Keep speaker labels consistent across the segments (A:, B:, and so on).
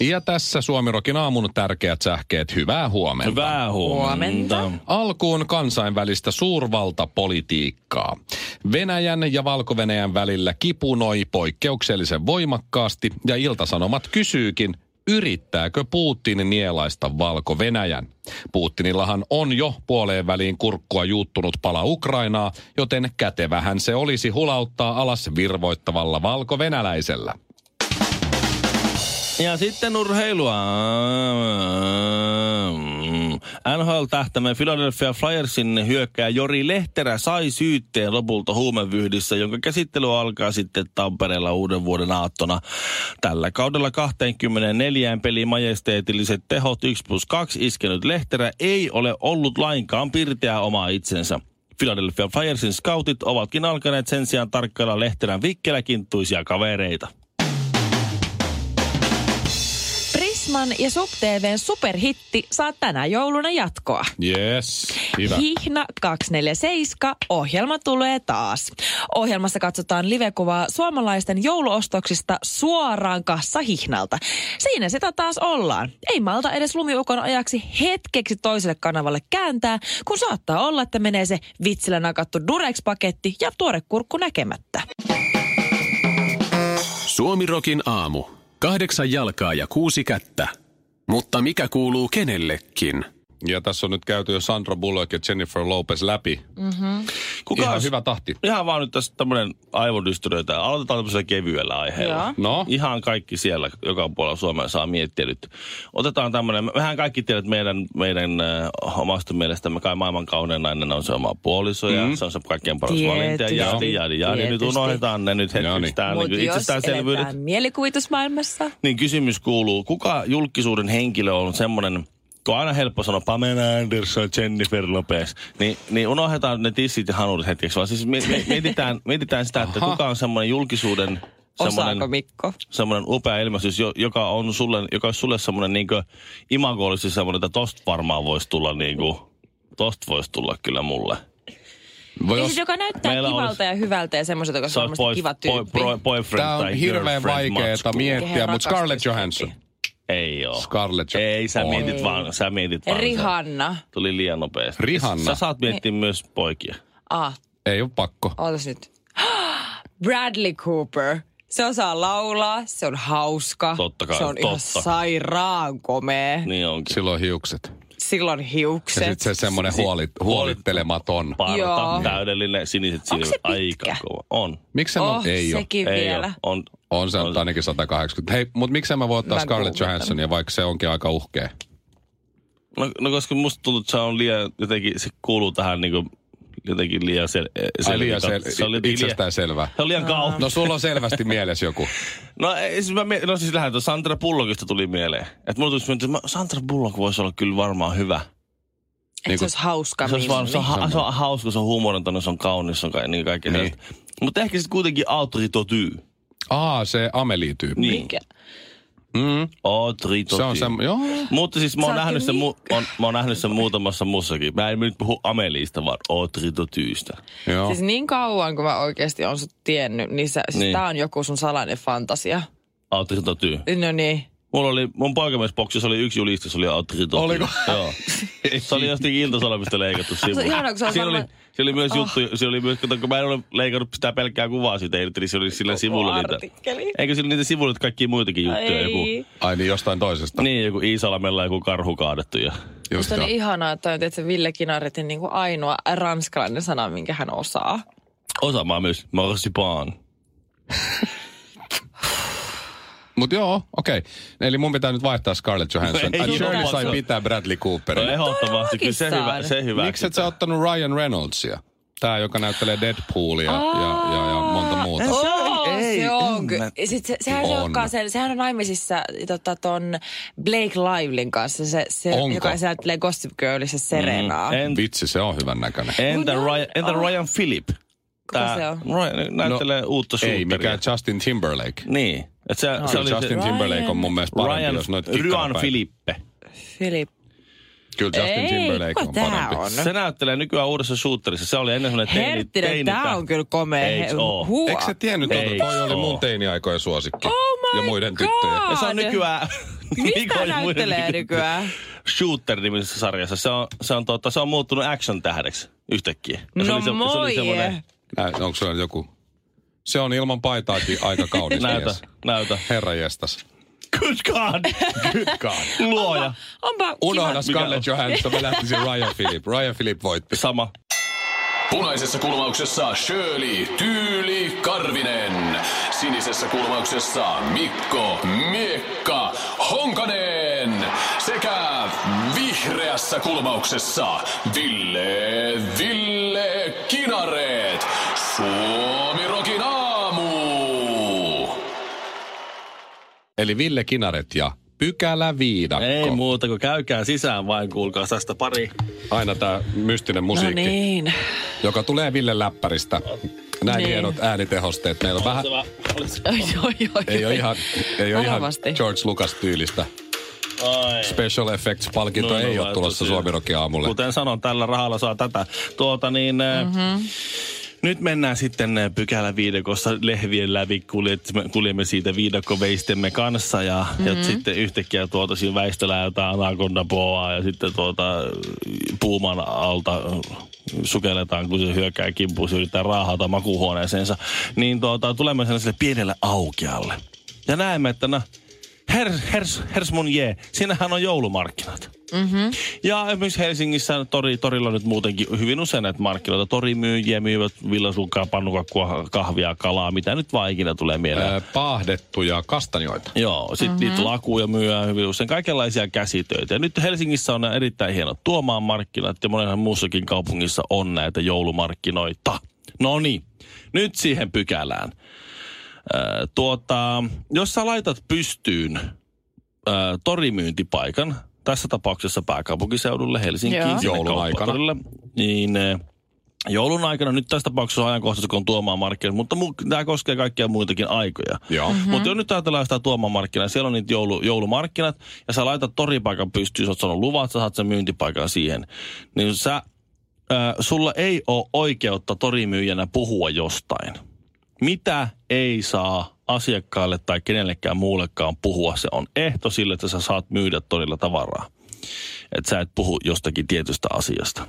A: Ja tässä Suomirokin aamun tärkeät sähkeet. Hyvää huomenta.
B: Hyvää huomenta. huomenta.
A: Alkuun kansainvälistä suurvaltapolitiikkaa. Venäjän ja valko välillä kipunoi poikkeuksellisen voimakkaasti ja Iltasanomat kysyykin, yrittääkö Putin nielaista Valko-Venäjän. Putinillahan on jo puoleen väliin kurkkua juuttunut pala Ukrainaa, joten kätevähän se olisi hulauttaa alas virvoittavalla valko-venäläisellä.
B: Ja sitten urheilua. NHL-tähtämme Philadelphia Flyersin hyökkää Jori Lehterä sai syytteen lopulta huumevyhdissä, jonka käsittely alkaa sitten Tampereella uuden vuoden aattona. Tällä kaudella 24 pelin majesteetilliset tehot 1 plus 2 iskenyt Lehterä ei ole ollut lainkaan pirteä omaa itsensä. Philadelphia Flyersin scoutit ovatkin alkaneet sen sijaan tarkkailla Lehterän vikkeläkinttuisia kavereita.
C: Prisman ja SubTVn superhitti saa tänä jouluna jatkoa.
A: Yes, hyvä.
C: Hihna 247, ohjelma tulee taas. Ohjelmassa katsotaan livekuvaa suomalaisten jouluostoksista suoraan kassa hihnalta. Siinä sitä taas ollaan. Ei malta edes lumiukon ajaksi hetkeksi toiselle kanavalle kääntää, kun saattaa olla, että menee se vitsillä nakattu Durex-paketti ja tuore kurkku näkemättä.
D: Suomirokin aamu. Kahdeksan jalkaa ja kuusi kättä. Mutta mikä kuuluu kenellekin?
A: Ja tässä on nyt käyty jo Sandra Bullock ja Jennifer Lopez läpi.
C: Mm-hmm.
B: Kuka
A: Ihan
B: olisi-
A: hyvä tahti.
B: Ihan vaan nyt tässä tämmönen aivodystyröitä. Aloitetaan tämmöisellä kevyellä aiheella.
C: Joo.
A: No,
B: Ihan kaikki siellä, joka puolella Suomea saa miettiä nyt. Otetaan tämmönen, mehän kaikki tiedät meidän, meidän äh, omasta mielestämme kai maailman kaunein nainen on se oma puoliso ja
A: Mm.
B: se on se kaikkein paras
C: Tietysti.
B: valinta. Ja jadi, jadi, jadi. Nyt
C: Tietysti.
B: unohdetaan ne nyt
A: No niin.
B: hetkeksi täällä.
C: Mut
B: Niin
C: jos
B: itsestäänselvyydet.
C: eletään mielikuvitusmaailmassa,
B: Niin kysymys kuuluu, kuka julkisuuden henkilö on semmoinen, kun on aina helppo sanoa Pamela Anderson, Jennifer Lopez, niin, niin unohdetaan ne tissit ja hanurit hetkeksi, vaan siis mi- mi- mietitään, mietitään sitä, että
A: Aha.
B: kuka on semmoinen julkisuuden
C: osaako
B: semmoinen,
C: Mikko?
B: semmoinen upea ilmestys, jo- joka on sulle, joka on sulle semmoinen niin imagollisesti semmoinen, että tosta varmaan voisi tulla niin kuin, tosta voisi tulla kyllä mulle.
A: voi
C: Niin
A: jos,
C: siis joka näyttää
B: meillä
C: kivalta
B: olisi-
C: ja hyvältä ja semmoiselta, joka on
B: Sä oot
C: varmasti kiva
B: boy,
C: tyyppi.
B: boy, boyfriend
A: tämä on
B: tai
A: hirveän
B: girlfriend
A: vaikeeta
B: matsku.
A: miettiä,
C: Kehen
A: mutta Scarlett
C: rakastuisi
A: Johansson.
B: Ei oo.
A: Scarlett Johansson.
B: Ei, sä
A: On.
B: mietit vaan, sä mietit vaan. sen.
C: Rihanna.
B: Tuli liian nopeasti.
A: Rihanna.
B: Sä saat miettiä
C: Niin.
B: myös poikia.
C: Ah,
A: Ei ole pakko.
C: ootas nyt. Bradley Cooper. Se osaa laulaa, se on hauska.
B: Totta kai,
C: se on ihan
B: totta.
C: sairaan komea. Niin.
B: Niin onkin.
A: Silloin hiukset.
C: Silloin
A: Ja
C: hiukset.
A: sitten se semmoinen
B: si-
A: huolit, huolittelematon.
B: Parta,
C: Joo.
B: täydellinen, siniset
C: Onko se
B: silmät,
C: pitkä?
B: aika kova. On.
A: Miksi se
C: oh,
A: on? Ei ole.
C: sekin
B: Ei
C: vielä.
B: oo. On.
A: On se nyt ainakin 180. Hei, mutta miksei mä voi ottaa
C: Mä
A: Scarlett
C: googletan.
A: Johanssonia, vaikka se onkin aika uhkea.
B: No, no, koska musta tuntuu, että se on liian, jotenkin, se kuuluu tähän niinku, jotenkin liian sel,
A: Ai liian
B: selvikat- se on
A: sel-
B: jotenkin liian,
A: itsestään selvä.
B: se on liian kauan. No,
A: No sulla on selvästi mielessä joku.
B: no, ei, siis mä, mie- no siis lähdetään, Sandra Bullockista tuli mieleen. Että mulla tuli mieleen, että mä- Sandra Bullock voisi olla kyllä varmaan hyvä.
C: Että
A: Niinku-
C: se olisi hauska
B: Se on, vaan, se, on,
C: mimmi.
B: ha- se on hauska, se on huumorintainen, se on kaunis, se on ka- niin kaikki. Niin. Mutta ehkä sitten kuitenkin autoritotyy.
A: Aa, se Amelie-tyyppi.
B: Niin.
C: Mikä?
A: Mm,
B: Autoritotyy.
A: se on semmo... Joo.
B: Mutta siis mä oon,
C: Sä oot
B: nähnyt sen,
C: kyllä
B: mu- on, mä oon nähnyt sen muutamassa muussakin. Mä en nyt puhu Ameliista, vaan Otritotyistä.
A: joo.
C: Siis niin kauan, kun mä oikeasti on sut tiennyt, niin, sä, siis
B: Niin.
C: tää on joku sun salainen fantasia.
B: Autritotyy.
C: No niin.
B: Mulla oli, mun paikamiesboksissa oli yksi juliste, se oli Autritotyy.
A: Oliko?
B: Joo. Se oli jostakin iltasanomista leikattu sivu.
C: Se on ihanaa, kun se on Ah.
B: Siellä oli,
C: varmaan-
B: siellä oli myös juttu, siellä oli myös, kato, kun mä en ole leikannut sitä pelkkää kuvaa siitä, irti, niin siellä oli sillä sivulla niitä.
C: Artikkeli.
B: Eikö sillä niitä sivulla niitä kaikkia muitakin juttuja? Joku,
C: Ei.
A: Ai niin, jostain toisesta.
B: niin, joku Iisalamella joku karhu kaadettu ja...
A: Just
C: Musta
A: joo.
C: oli ihanaa, että toi on tietysti Ville Kinaretin niin kuin ainoa ranskalainen sana, minkä hän osaa.
B: Osaamaan myös marsipan.
A: Mut joo, okei. Eli mun pitää nyt vaihtaa Scarlett Johansson.
B: No ei
A: Ai, Shirley
B: sulla
A: sai
B: pakko.
A: pitää Bradley
B: No
A: Cooperin.
B: ehdottomasti, kyllä se
C: Todellakin
B: hyvä, se hyvä.
A: Miksi et sä ottanut Ryan No Reynoldsia? Tää, joka näyttelee Deadpoolia ja, ja, ja monta muuta.
C: Oh, se on on kyllä.
B: hemmetti.
C: Sit se, sehän,
A: On.
C: on. Sen, sehän on naimisissa tota, ton Blake Livelin kanssa, se, se
A: Onko?
C: joka esittää Gossip Girlissa Serenaa. Mm.
B: En,
A: Vitsi, se on hyvän näköinen.
B: entä,
C: Mun on-
B: Ryan, entä
C: oh.
B: Ryan Phillip?
C: se on?
B: Ryan näyttelee no, uutta
A: Ei
B: suuteria.
A: mikään Justin Timberlake.
B: Niin. Et se, se oli
A: Kyllä
B: se
A: Justin Timberlake on mun mielestä parempi,
B: Ryan,
A: jos noit
B: Ryan
A: kikkarapäitä-
B: Philippe.
C: Filip.
A: Kyllä Justin
C: Ei,
A: Timberlake
C: kuka
A: on
C: tää
A: parempi.
C: on?
B: Se näyttelee nykyään uudessa suutterissa. Se oli ennen semmoinen teini,
C: Herttinen,
B: teini
C: tää on kyllä komea.
B: Eiks
C: he-
B: oo?
C: Hua.
A: Eikö se tiennyt,
B: Ei
A: että toi oli
B: oo.
A: mun teiniaikojen suosikki?
C: Oh my
A: ja muiden
C: God!
A: tyttöjen.
B: Ja se on nykyään... Mikon
C: Mistä
B: ja muiden
C: näyttelee
B: tyttöjen-
C: nykyään?
B: niinku Shooter-nimisessä sarjassa. Se on, se on, tota, se on muuttunut action-tähdeksi yhtäkkiä. Ja se
C: No
B: oli se, Se
C: moi.
B: oli semmoinen,
A: Nä, onko se joku? Se on ilman paitaakin aika kaunis
B: näytä,
A: mies.
B: näytä.
A: Herra jestas.
B: Good God! Good God! Luoja.
C: Onpa
A: Unohda
B: Mikä
C: kiva.
B: on?
A: Scarlett Johansson, mä lähtisin Ryan Philip. Ryan Philip voitti.
B: Sama.
D: Punaisessa kulmauksessa Shirley Tyyli Karvinen. Sinisessä kulmauksessa Mikko Miekka Honkanen. Sekä vihreässä kulmauksessa Ville Ville Kinareet. Suomi Rokin aamu.
A: Eli Ville Kinaret ja Pykälä Viidakko.
B: Ei muuta kuin käykää sisään vain, kuulkaa tästä pari.
A: Aina tämä mystinen
C: No
A: musiikki,
C: niin.
A: joka tulee Ville Läppäristä. Näin
C: Niin.
A: hienot äänitehosteet. Meillä on vähän,
C: Oi, oi, oi.
A: ei ole ihan, ei ole ihan
C: Varovasti.
A: George Lucas tyylistä.
B: Ai.
A: Special Effects-palkinto
B: No, no,
A: ei ole
B: laitu
A: tulossa
B: siihen.
A: Suomirokin aamulle.
B: Kuten sanon, tällä rahalla saa tätä. Tuota niin, mm-hmm. nyt mennään sitten eh, pykälä viidekossa lehvien läpi. Kuljemme, kuljemme siitä viidakkoveistemme kanssa ja, mm-hmm. ja sitten yhtäkkiä tuota siinä väistöllä jotain anakondapoa ja sitten tuota puuman alta eh, sukelletaan, kun se hyökkää kimppuun, se yrittää raahata makuuhuoneeseensa. Niin tuota, tulemme sellaiselle pienelle aukealle. Ja näemme, että no, hers, hers, hers mun jee, siinähän on joulumarkkinat. Ja esimerkiksi Helsingissä tori, torilla on nyt muutenkin hyvin usein näitä markkinoita. Tori myyjiä myyvät villasukkaa, pannukakkua, kahvia, kalaa, mitä nyt vaan ikinä tulee mieleen.
A: Ää, Paahdettuja kastanjoita.
B: Joo, sitten mm-hmm. niitä lakuja myyään hyvin usein, kaikenlaisia käsitöitä. Ja nyt Helsingissä on nämä erittäin hienot tuomaan markkinat ja monenhan muussakin kaupungissa on näitä joulumarkkinoita. No niin, nyt siihen pykälään. Ö, tuota, jos sä laitat pystyyn ö, torimyyntipaikan, tässä tapauksessa pääkaupunkiseudulle, Helsinkiin,
C: Joo.
B: sinne
A: Joulun aikana.
B: kauppatorille, Niin ö, joulun aikana, nyt tässä tapauksessa on ajankohtaisesti, kun on tuomaan markkinat, mutta mu- tämä koskee kaikkia muitakin aikoja.
A: Joo.
B: Mm-hmm. Mutta jos nyt ajatellaan sitä tuomamarkkinaa, siellä on niitä joulu, joulumarkkinat, ja sä laitat toripaikan pystyyn, sä oot saanut luvat, sä saat sen myyntipaikan siihen. Niin sä, äh, sulla ei ole oikeutta torimyyjänä puhua jostain. Mitä ei saa asiakkaalle tai kenellekään muullekaan puhua, se on ehto sille, että sä saat myydä torilla tavaraa. Että sä et puhu jostakin tietystä asiasta.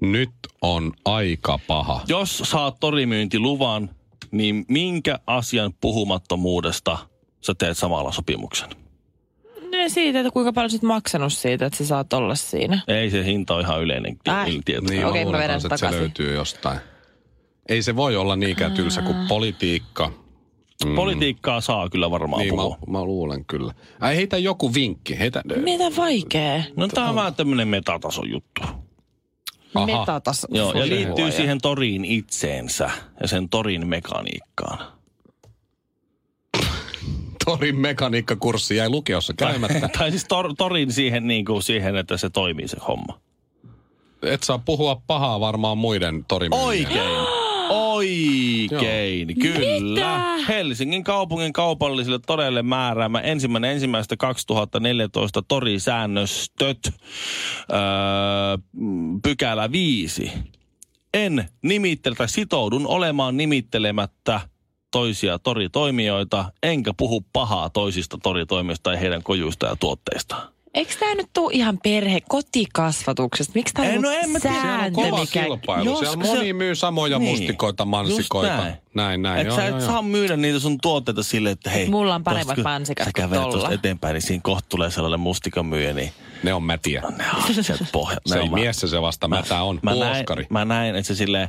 A: Nyt on aika paha.
B: Jos saat torimyyntiluvan, niin minkä asian puhumattomuudesta sä teet samalla sopimuksen?
C: Ne No siitä, että kuinka paljon sä oot maksanut siitä, että sä saat olla siinä.
B: Ei se hinta on ihan yleinen ti-
C: Äh.
B: tieto.
A: Niin,
C: Okei, mä
A: luulen
C: vedän
A: kanssa, että se
C: takaisin.
A: löytyy jostain. Ei se voi olla niinkään tylsä kuin politiikka.
B: Politiikkaa saa kyllä varmaan
A: Mm. Niin,
B: niin,
A: mä,
B: puhua.
A: mä luulen kyllä. Ai heitä joku vinkki. Heitä,
C: Mitä vaikea?
B: No tämä on vähän tämmöinen metatason juttu.
A: Aha.
C: Metatas.
B: Joo, ja
C: Voi
B: liittyy
C: luoja.
B: siihen toriin itseensä ja sen torin mekaniikkaan.
A: Torin mekaniikkakurssi jäi lukiossa käymättä.
B: tai siis tor, torin siihen, niin kuin siihen, että se toimii se homma.
A: Et saa puhua pahaa varmaan muiden torimyyjien.
B: Oikein. Oikein, kyllä.
C: Mitä?
B: Helsingin kaupungin kaupallisille toreille määräämä ensimmäinen ensimmäistä 2014 torisäännöstöt, öö, mm, pykälä 5. En nimittele tai sitoudun olemaan nimittelemättä toisia toritoimijoita, enkä puhu pahaa toisista toritoimijoista tai heidän kojuista ja tuotteistaan.
C: Eikö tää nyt tuu ihan perhe kotikasvatuksesta? Miksi tää
B: Ei,
C: on
B: no
C: no,
B: en mä tiedä.
C: sääntö,
A: Siellä on kova
C: mikä...
A: kilpailu.
B: Jos-
A: Siellä moni
B: se-
A: myy samoja
B: Niin.
A: mustikoita, mansikoita.
B: Just
A: Näin,
B: näin.
A: näin.
B: Että
A: joo,
B: sä et
A: joo, joo.
B: saa myydä niitä sun tuotteita sille, että hei.
C: Mulla on paremmat
B: tosta kun
C: mansikat
B: sä
C: kuin
B: kävelet
C: tolla.
B: tosta eteenpäin, niin siinä kohta tulee sellainen mustikan myyjä, niin
A: Ne on mätiä.
B: ne on sieltä pohja.
A: Se
B: ne
A: ei
B: on mä-
A: mies se vasta mätä on.
B: Mä näin,
A: Puoskari.
B: mä näin, että se silleen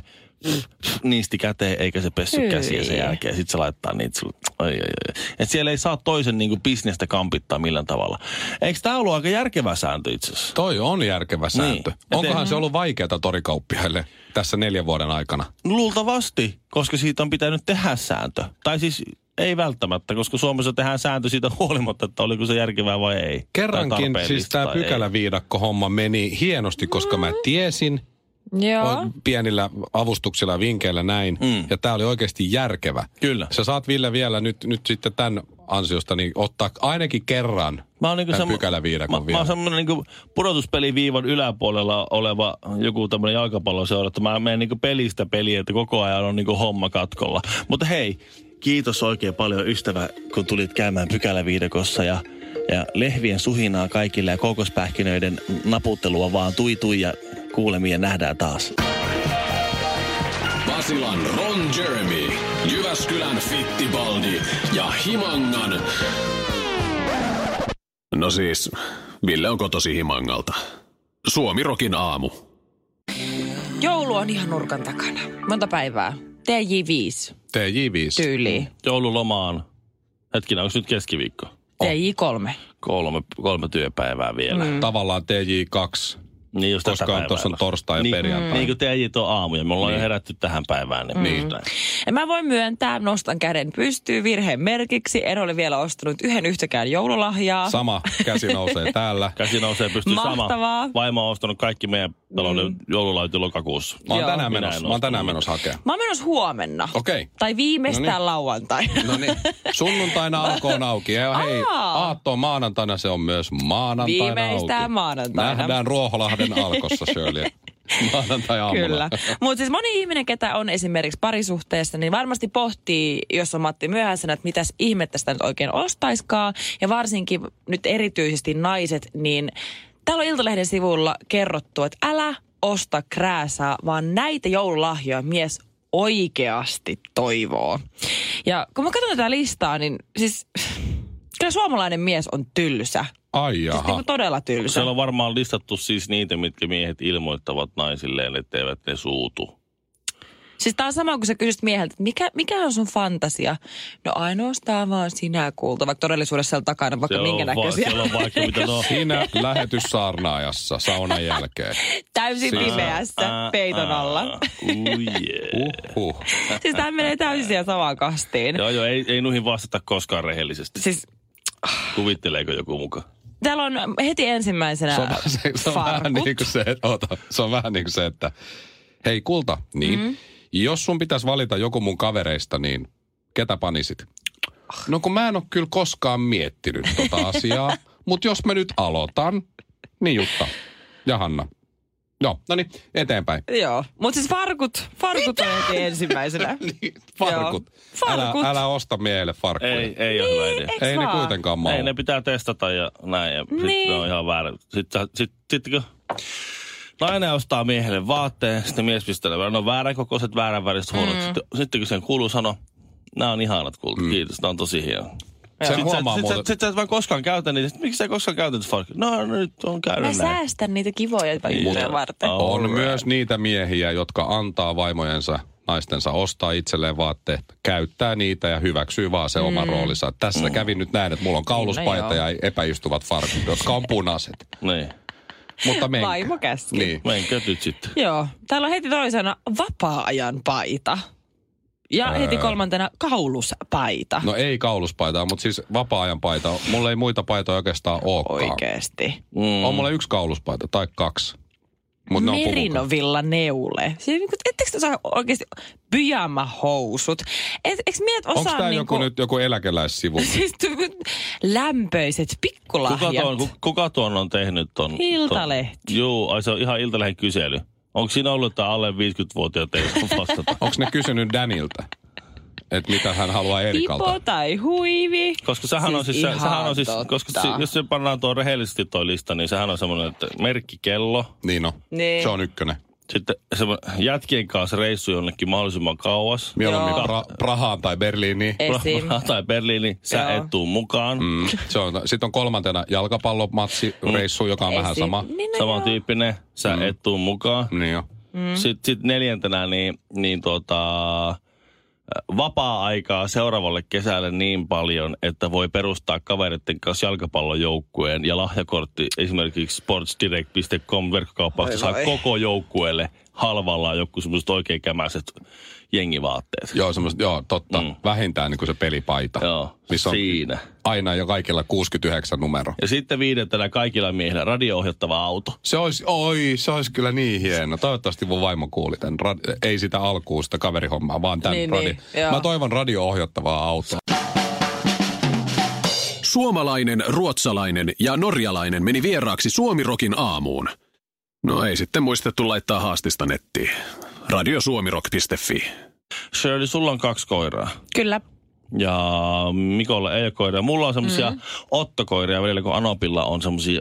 B: niisti käteen, eikä se pessy
C: Hyi.
B: käsiä sen jälkeen. Sitten se laittaa niitä sulle. Oi, oi, oi. Et siellä ei saa toisen niinku bisnestä kampittaa millään tavalla. Eikö tämä ollut aika järkevä sääntö itse asiassa?
A: Toi on järkevä sääntö.
B: Niin.
A: Onkohan se ollut vaikeata torikauppiaille tässä neljän vuoden aikana?
B: Luultavasti, koska siitä on pitänyt tehdä sääntö. Tai siis ei välttämättä, koska Suomessa tehdään sääntö siitä huolimatta, että oliko se järkevää vai ei. Tai
A: Kerrankin
B: tarpeellista
A: siis tämä
B: tai ei. Mm.
A: pykäläviidakko homma meni hienosti, koska mä tiesin
C: Joo.
A: o- pienillä avustuksilla ja vinkeillä näin.
B: Mm.
A: Ja tämä oli oikeasti järkevä.
B: Kyllä.
A: Sä saat Ville vielä nyt, nyt sitten tämän ansiosta niin ottaa ainakin kerran
B: Mä oon niinku
A: tämän
B: semmo-
A: pykäläviidakon
B: mä, mä
A: vielä.
B: oon semmoinen niinku pudotuspeliviivan yläpuolella oleva joku tämmöinen jalkapalloseura, että mä menen niinku pelistä peliin, että koko ajan on niinku homma katkolla. Mutta hei, kiitos oikein paljon ystävä, kun tulit käymään pykäläviidakossa ja, ja lehvien suhinaa kaikille ja koukospähkinöiden naputtelua vaan tui tui ja kuulemia nähdään taas.
D: Basilan Ron Jeremy, Jyväskylän Fittibaldi ja Himangan... No siis, Ville onko tosi Himangalta? Suomirokin aamu.
C: Joulu on ihan nurkan takana. Monta päivää? TJ5
A: TJ5.
C: tyyliin.
B: Joululomaan. Hetkinen, onko nyt keskiviikko?
C: TJ3.
B: Kolme, kolme työpäivää vielä. Mm.
A: Tavallaan TJ2.
B: Niin just
A: Koska
B: tätä
A: on-
B: päivää
A: tossa on
B: vasta.
A: torstai ja
B: niin,
A: perjantai.
B: Niin kuin teijit on aamuja, me ollaan niin. jo herätty tähän päivään. Niin, niin.
C: Ja mä voin myöntää, nostan käden pystyyn virheen merkiksi. En ole vielä ostanut yhden yhtäkään joululahjaa.
A: Sama käsi nousee täällä.
B: Käsi nousee pystyy
C: Mahtavaa.
B: sama. Vaimo on ostanut kaikki meidän talouden mm. joululauti lokakuussa.
A: Mä oon
C: Joo.
A: tänään
B: Minä en
A: menossa, mä oon
B: ostanut
A: tänään
B: mitään.
A: menossa hakemaan.
C: Mä oon menossa huomenna.
A: Okei.
C: Tai viimeistään
A: No niin.
C: lauantaina.
A: No niin, sunnuntaina alko on auki. Ja hei,
C: Aa.
A: aatto on maanantaina, se on myös maanantaina
C: Viimeistään
A: auki.
C: maanantaina.
A: Nähdään Ruoholahden alkossa, Shirley. Maanantai aamulla.
C: Kyllä. Mutta siis moni ihminen, ketä on esimerkiksi parisuhteessa, niin varmasti pohtii, jos on Matti myöhäisenä, että mitäs ihmettä sitä nyt oikein ostaiskaan. Ja varsinkin nyt erityisesti naiset, niin täällä on Iltalehden sivulla kerrottu, että älä osta krääsää, vaan näitä joululahjoja mies oikeasti toivoo. Ja kun mä katson tätä listaa, niin siis kyllä suomalainen mies on tylsä.
A: Ai
C: Siis
A: jaha.
C: niinku todella tylsä.
B: Siellä on varmaan listattu siis niitä, mitkä miehet ilmoittavat naisilleen, etteivät ne suutu.
C: Siis tää on sama, kun sä kysyt mieheltä, että mikä, mikä on sun fantasia? No ainoastaan vaan sinä kuulta, vaikka todellisuudessa siellä takana, vaikka
B: Siellä
C: minkä
B: on, va-
C: näköisiä.
B: siellä on vaikka mitä no,
A: Siinä lähetyssaarnaajassa saunan jälkeen.
C: Täysin
A: Siis-
C: pimeässä, peiton alla.
B: Uh, yeah.
A: Uhuh.
C: siis tää menee täysin siihen samaan kastiin.
B: Joo, joo, ei, ei nuihin vastata koskaan rehellisesti.
C: Siis
B: Kuvitteleeko joku muka?
C: täällä on heti ensimmäisenä
A: Se on, vähän- se, se on vähän
C: farkut.
A: niin kuin se, että, oota, se on vähän niin kuin se, että hei kulta, niin mm. jos sun pitäisi valita joku mun kavereista, niin ketä panisit? No kun mä en ole kyllä koskaan miettinyt tota asiaa, mutta jos mä nyt aloitan, niin Jutta ja Hanna. Joo, no niin, eteenpäin.
C: Joo, mutta siis farkut, farkut on heti ensimmäisenä.
A: Niin, Farkut.
C: Joo. Farkut.
A: Älä, älä osta miehelle farkkuja.
B: Ei, ei ole hyvä idea.
C: eiks
A: ei ne
C: vaan?
A: kuitenkaan mahu.
B: Ei, ne pitää testata ja näin. Ja niin.
C: Niin.
B: Sitten on ihan väärä. Sitten sä- sit, sit, kun nainen ostaa miehelle vaatteen, sitten mies pistelee, no väärän kokoiset, väärän väriset huonot. Mm. Sitten, sitten kun sen kuuluu sano, nämä on ihanat kulta, mm. kiitos, nämä on tosi hieno.
A: Sen
B: Sitten
A: huomaa
B: sä, sit,
A: muuten.
B: sä, sit sä et vaan koskaan käytä niitä. Sit Miksi sä et koskaan käytä niitä farkkuja? No, no, nyt on
C: Mä
B: käynyt näin.
C: säästän niitä kivoja juttuja
B: Joo.
C: varten.
B: Oh.
A: Niin, On
B: Alright.
A: myös niitä miehiä, jotka antaa vaimojensa, naistensa ostaa itselleen vaatteet, käyttää niitä ja hyväksyy vaan se oma roolinsa. Tässä kävi nyt näin, että mulla on kauluspaita
C: Mm. No joo.
A: ja epäistuvat farkut, jotka on punaiset.
B: Niin.
A: Mutta menkää.
C: Vaimo käski.
A: Niin.
B: Menkö nyt sitten?
C: Joo. Täällä on heti toisena vapaa-ajan paita. Ja heti kolmantena kauluspaita.
A: No ei kauluspaitaa, mutta siis vapaa-ajan paita. Mulla ei muita paitoja oikeastaan olekaan.
C: Oikeesti.
B: Mm.
A: On mulla yksi kauluspaita tai kaksi. Mut ne on puvukat.
C: Merinovilla neule. Siis niinku, ettekö te osaa oikeesti pyjamahousut? Et, eikö miehet osaa
A: Onko tämä
C: niinku,
A: joku nyt joku eläkeläissivu?
C: Siis tu- lämpöiset
B: Kuka
C: pikkulahjat.
B: tuon, ku- kuka tuon on tehnyt ton? ton-
C: Iltalehti.
B: Joo, ai se on ihan Iltalehden kysely. Onko siinä ollut, että alle 50-vuotiaat ei saa vastata?
A: Onko ne kysynyt Danilta, että mitä hän haluaa
C: Pipo
A: Erikalta?
C: tai huivi.
B: Koska sähän on
C: Siis
B: siis, sä,
C: ihan
B: sähän on siis
C: totta.
B: koska si, jos se pannaan tuo rehellisesti toi lista, niin sehän on semmoinen, että merkkikello,
A: Niin no,
C: Niin.
A: se on ykkönen.
B: sitten semmoinen jätkien kanssa reissu jonnekin mahdollisimman kauas.
A: Mieluummin
C: Joo.
A: pra- Prahaan tai Berliiniin.
C: Esim.
B: Praha tai Berliini, sä
C: Joo.
B: et tuu mukaan. Mm.
A: Mm. Se on, sitten on kolmantena jalkapallomatsi,
C: Mm.
A: reissu, joka on vähän
C: Esim.
A: sama.
C: Niin, no joo.
B: Samantyyppinen, sä mm. et tuu mukaan.
A: Niin jo.
B: Mm. Sitten sit neljäntenä niin, niin tota, vapaa-aikaa seuraavalle kesälle niin paljon, että voi perustaa kavereiden kanssa jalkapallojoukkueen ja lahjakortti esimerkiksi sportsdirect.com verkkokauppauksessa saa koko joukkueelle halvalla joku semmoiset oikein kämäiset jengivaatteet.
A: Joo, semmoista, joo, totta. Mm.
B: Mm.
A: Vähintään niin kuin se pelipaita.
B: Joo,
A: missä on
B: siinä.
A: aina jo kaikilla 69 numero.
B: Ja sitten viidentenä kaikilla miehillä radio-ohjattava auto.
A: Se olisi, oi, se olisi kyllä niin hieno. Toivottavasti mun vaimo kuuli tämän. Rad- ei sitä alkuun sitä kaverihommaa, vaan tämän
C: Niin,
A: radi-
C: niin, joo.
A: Mä toivon radio-ohjattavaa autoa.
D: Suomalainen, ruotsalainen ja norjalainen meni vieraaksi Suomirokin aamuun. No ei sitten muistettu laittaa haastista nettiin. Radiosuomirok.fi.
B: Shirley, sulla on kaksi koiraa.
C: Kyllä.
B: Ja Mikolla ei ole koiria. Mulla on semmoisia mm. ottokoiria välillä, kun Anopilla on semmoisia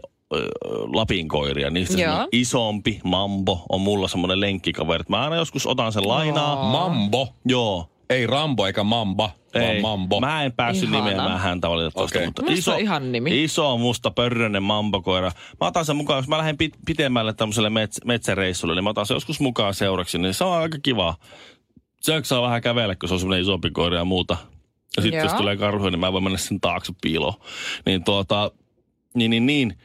B: Lapin koiria. Niistä
C: Joo.
B: semmonen isompi mambo on mulla semmoinen lenkkikaveri. Mä aina joskus otan sen lainaa.
A: Mambo.
B: Joo.
A: Ei Rambo eikä Mamba, vaan
B: Ei,
A: Mambo.
B: Mä en päässyt
C: Ihana.
B: nimeämään häntä valitettavasti.
A: Okei.
B: Mutta
C: Musta on ihan nimi.
B: Iso, musta, pörrönen mambakoira. Mä otan sen mukaan, jos mä lähden pit- pitemmälle tämmöiselle mets- metsäreissulle, niin mä otan sen joskus mukaan seuraksi, niin se on aika kiva. Se jaksaa vähän kävellä, kun se on semmoinen isompi koira ja muuta. Ja sitten
C: Joo.
B: jos tulee karhu, niin mä voin mennä sen taakse piiloon. Niin tuota, niin niin niin.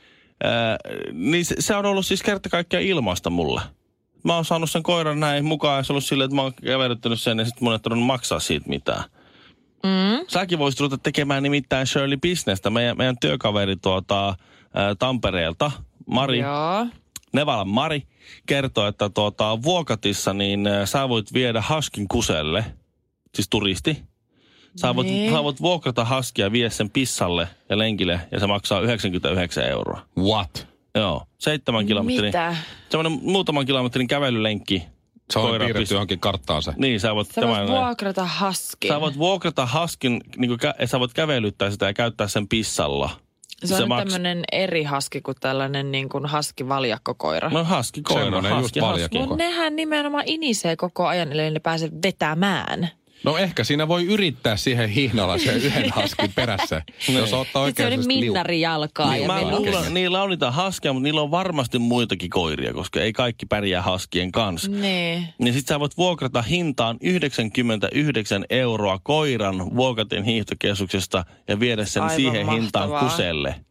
B: Ää, niin se, se on ollut siis kerta kaikkiaan ilmaista mulle. Mä oon saanut sen koiran näin mukaan ja se on ollut silleen, että mä oon kävelyttänyt sen ja sitten mun ei tarvinnut maksaa siitä mitään.
C: Mm.
B: Säkin voisit ruveta tekemään nimittäin Shirley Businesta. Meidän, meidän työkaveri tuota, ää, Tampereelta, Mari, Joo.
C: Joo.
B: Nevalan Mari, kertoi, että tuota, Vuokatissa niin ää, sä voit viedä Haskin kuselle, siis turisti. Sä voit,
C: Niin.
B: sä voit vuokrata Haskia ja vie sen pissalle ja lenkille ja se maksaa 99 euroa.
A: What?
B: Joo, seitsemän kilometrin.
C: Mitä?
B: Semmoinen muutaman kilometrin kävelylenkki.
A: Se on
B: Koira
A: piirretty
B: pist-
A: johonkin karttaan se.
B: Niin, sä voit
C: Sä voit vuokrata haskin.
B: Sä voit vuokrata haskin, niin kuin, kä- sä voit kävelyttää sitä ja käyttää sen pissalla.
C: se on
B: se
C: nyt
B: maks-
C: tämmönen eri haski kuin tällainen niin kuin haskivaljakkokoira.
B: No haski koira,
A: Semmonen just
B: haski, haski.
A: valjakko.
C: Mut nehän nimenomaan inisee koko ajan, eli ne pääse vetämään.
A: No ehkä siinä voi yrittää siihen hihnalla sen yhden haskin perässä, jos ottaa
C: Sitten
A: oikein
C: Niin. se on
A: semmoset liu-
C: minnari jalkaa
B: Niin,
C: ja
B: mä
C: menee.
B: luulen, niillä on niitä haskia, mutta niillä on varmasti muitakin koiria, koska ei kaikki pärjää haskien kanssa. Mm.
C: Niin.
B: Niin sit sä voit vuokrata hintaan 99 euroa koiran vuokatin hiihtokeskuksesta ja viedä sen
C: Aivan
B: siihen hintaan
C: mahtavaa.
B: kuselle.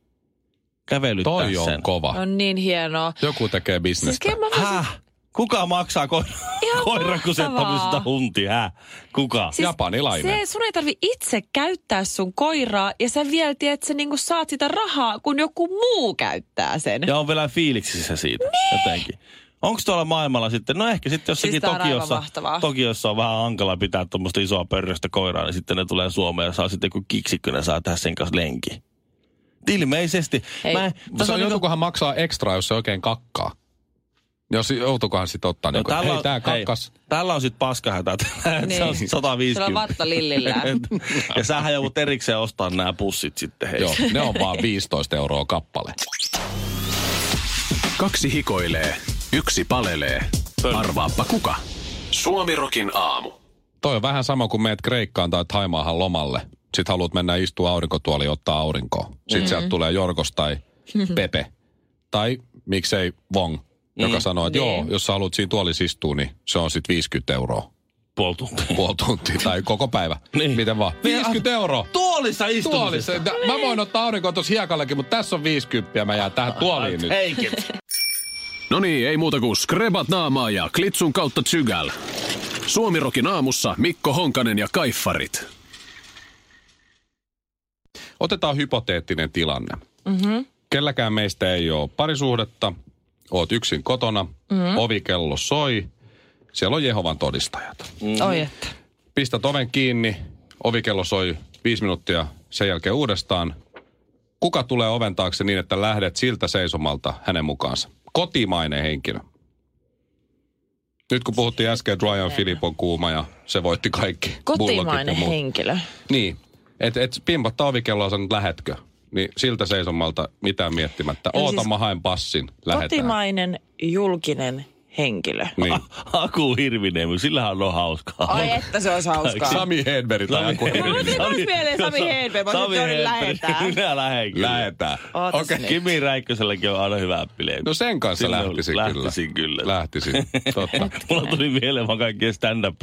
B: Kävelyttää
A: Toi on
B: sen.
A: kova.
C: On niin hienoa.
A: Joku tekee
C: Siis
A: bisnestä.
C: kyllä mä voisin-
B: Häh? Kuka maksaa koira,
C: Ihan
B: koiran kusettamisesta
C: mahtavaa.
B: hunti? Häh? Kuka?
C: Siis
A: Japanilainen.
C: Se, sun ei tarvi itse käyttää sun koiraa ja sä vielä tiedät, että sä niinku saat sitä rahaa, kun joku muu käyttää sen.
B: Ja on vielä fiiliksissä siitä niin. jotenkin. Onko tuolla maailmalla sitten, no ehkä sitten jossakin
C: Siis tää on aivan
B: Tokiossa,
C: mahtavaa.
B: Tokiossa on vähän hankala pitää tuommoista isoa pörröstä koiraa, niin sitten ne tulee Suomeen ja saa sitten joku kiksikkö, ne saa tehdä sen kanssa lenki. Ilmeisesti.
C: Ei.
B: Mä, en-
A: Se
B: tässä
A: on
B: niinku-
A: joutukohan maksaa ekstra, jos se oikein kakkaa. Jos joutukohan sitten ottaa, niin kuin,
B: tällä
A: hei,
B: on-
A: tää kakkas.
B: Hei, tällä on sit paskahätä, niin. se on
C: Niin.
B: 150.
C: Sillä on vatta lillillään.
B: ja sähän joudut erikseen ostaa nämä pussit sitten. Hei.
A: Joo, ne on vaan 15 euroa kappale.
D: Kaksi hikoilee, yksi palelee. Arvaappa kuka? Suomirokin aamu.
A: Toi on vähän sama kuin meet Kreikkaan tai Taimaahan lomalle. Sit haluat mennä istua aurinkotuoliin ja ottaa aurinkoa. Sit mm. sieltä tulee Jorkos tai Pepe. tai miksei Vong, joka sanoo, että joo,
C: Niin.
A: jos sä haluat siinä tuolissa istua, niin se on sit 50 euroa.
B: Puoli tuntia.
A: Puoli tuntia tai koko päivä.
B: Niin.
A: Miten vaan. 50 euroa!
B: Tuolissa
A: Tuolissa.
B: istumisessa.
A: Mä voin ottaa aurinkoa tuossa hiekallakin, mutta tässä on 50 ja mä jään tähän tuoliin nyt.
B: Take it.
D: No niin, ei muuta kuin skrebat naamaa ja klitsun kautta tsygäl. Suomirokin aamussa Mikko Honkanen ja Kaiffarit.
A: Otetaan hypoteettinen tilanne. Mm-hmm. Kelläkään meistä ei ole parisuhdetta, oot yksin kotona, mm-hmm. ovikello soi, siellä on Jehovan todistajat.
B: Mm.
C: Oi että.
A: Pistät oven kiinni, ovikello soi viisi minuuttia, sen jälkeen uudestaan. Kuka tulee oven taakse niin, että lähdet siltä seisomalta hänen mukaansa? Kotimainen henkilö. Nyt kun puhuttiin äsken, että Ryan Philip on kuuma ja se voitti kaikki.
C: Kotimainen
A: Bullogit ja muut.
C: henkilö.
A: Niin, että et pimpattaa ovikelloa ja sanot, lähetkö? Niin siltä seisomalta mitään miettimättä.
C: Eli
A: Oota,
C: siis
A: mä haen passin, lähetään.
C: Kotimainen julkinen henkilö.
A: Niin.
B: Aku Hirviniemi, sillähän on hauskaa.
C: Ai että se olisi hauskaa.
A: Sami Hedberg tai joku
C: Mulla tuli kans mieleen Sami Hedberg, mä sanoin, että lähetään.
B: Minä lähden kyllä.
A: Lähetään.
C: Ootas nyt.
B: Kimi Räikköselläkin on aina hyvä bileet.
A: No sen kanssa
B: Sinne
A: lähtisin,
B: lähtisin kyllä.
A: Lähtisin, totta.
B: Mulla tuli mieleen vaan kaikkien stand up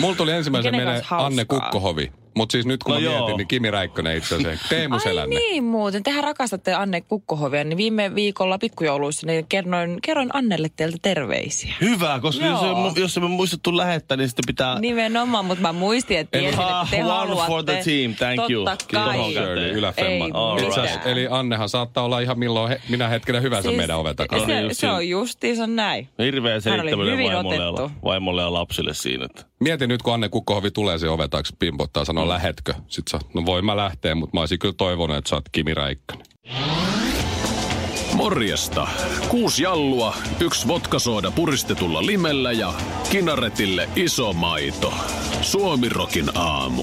A: Mulla tuli ensimmäisen
C: Kenen
A: mieleen
C: kanssa hauskaa?
A: Anne Kukkohovi. Mutta siis nyt kun
B: No
A: no mä
B: joo.
A: mietin, niin Kimi Räikkönen itse asiassa. Teemu
C: Ai
A: Selänne.
C: niin muuten, tehän rakastatte Anne Kukkohovia, niin viime viikolla pikkujouluissa niin kerroin, kerroin Annelle teiltä terveisiä.
B: Hyvä, koska jos,
C: Joo.
B: ei mu- jos emme muistettu lähettää, niin sitten pitää...
C: Nimenomaan, mutta mä muistin, että
B: Eli-
C: tiesin, että te
B: Ah, one
C: haluatte.
B: for the team, thank
C: Totta
B: you.
C: Kai.
B: Kiitos.
A: Shirley,
B: Ei
A: yläfemma.
C: mitään.
A: Itse asiassa- Eli Annehan saattaa olla ihan milloin he, minä hetkenä hyvänsä siis, meidän oven takana.
C: Se,
B: just
C: se on justiinsa näin.
B: Hirveä
C: Hän oli
B: selittäminen
C: hyvin
B: vaimolle ja,
C: otettu.
B: vaimolle ja lapsille siinä. Että.
A: Mietin nyt, kun Anne Kukkohovi tulee se oven taakse pimpottaa ja sanoo, lähetkö? Sitten sä, no voi mä lähteä, mutta mä olisin kyllä toivonut, että sä oot Kimi Räikkönen.
D: Morjesta. Kuusi jallua, yksi vodkasooda puristetulla limellä ja kinaretille iso maito. Suomirokin aamu.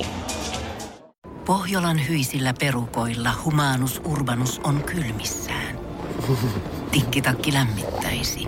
E: Pohjolan hyisillä perukoilla humanus urbanus on kylmissään. Tikkitakki lämmittäisi.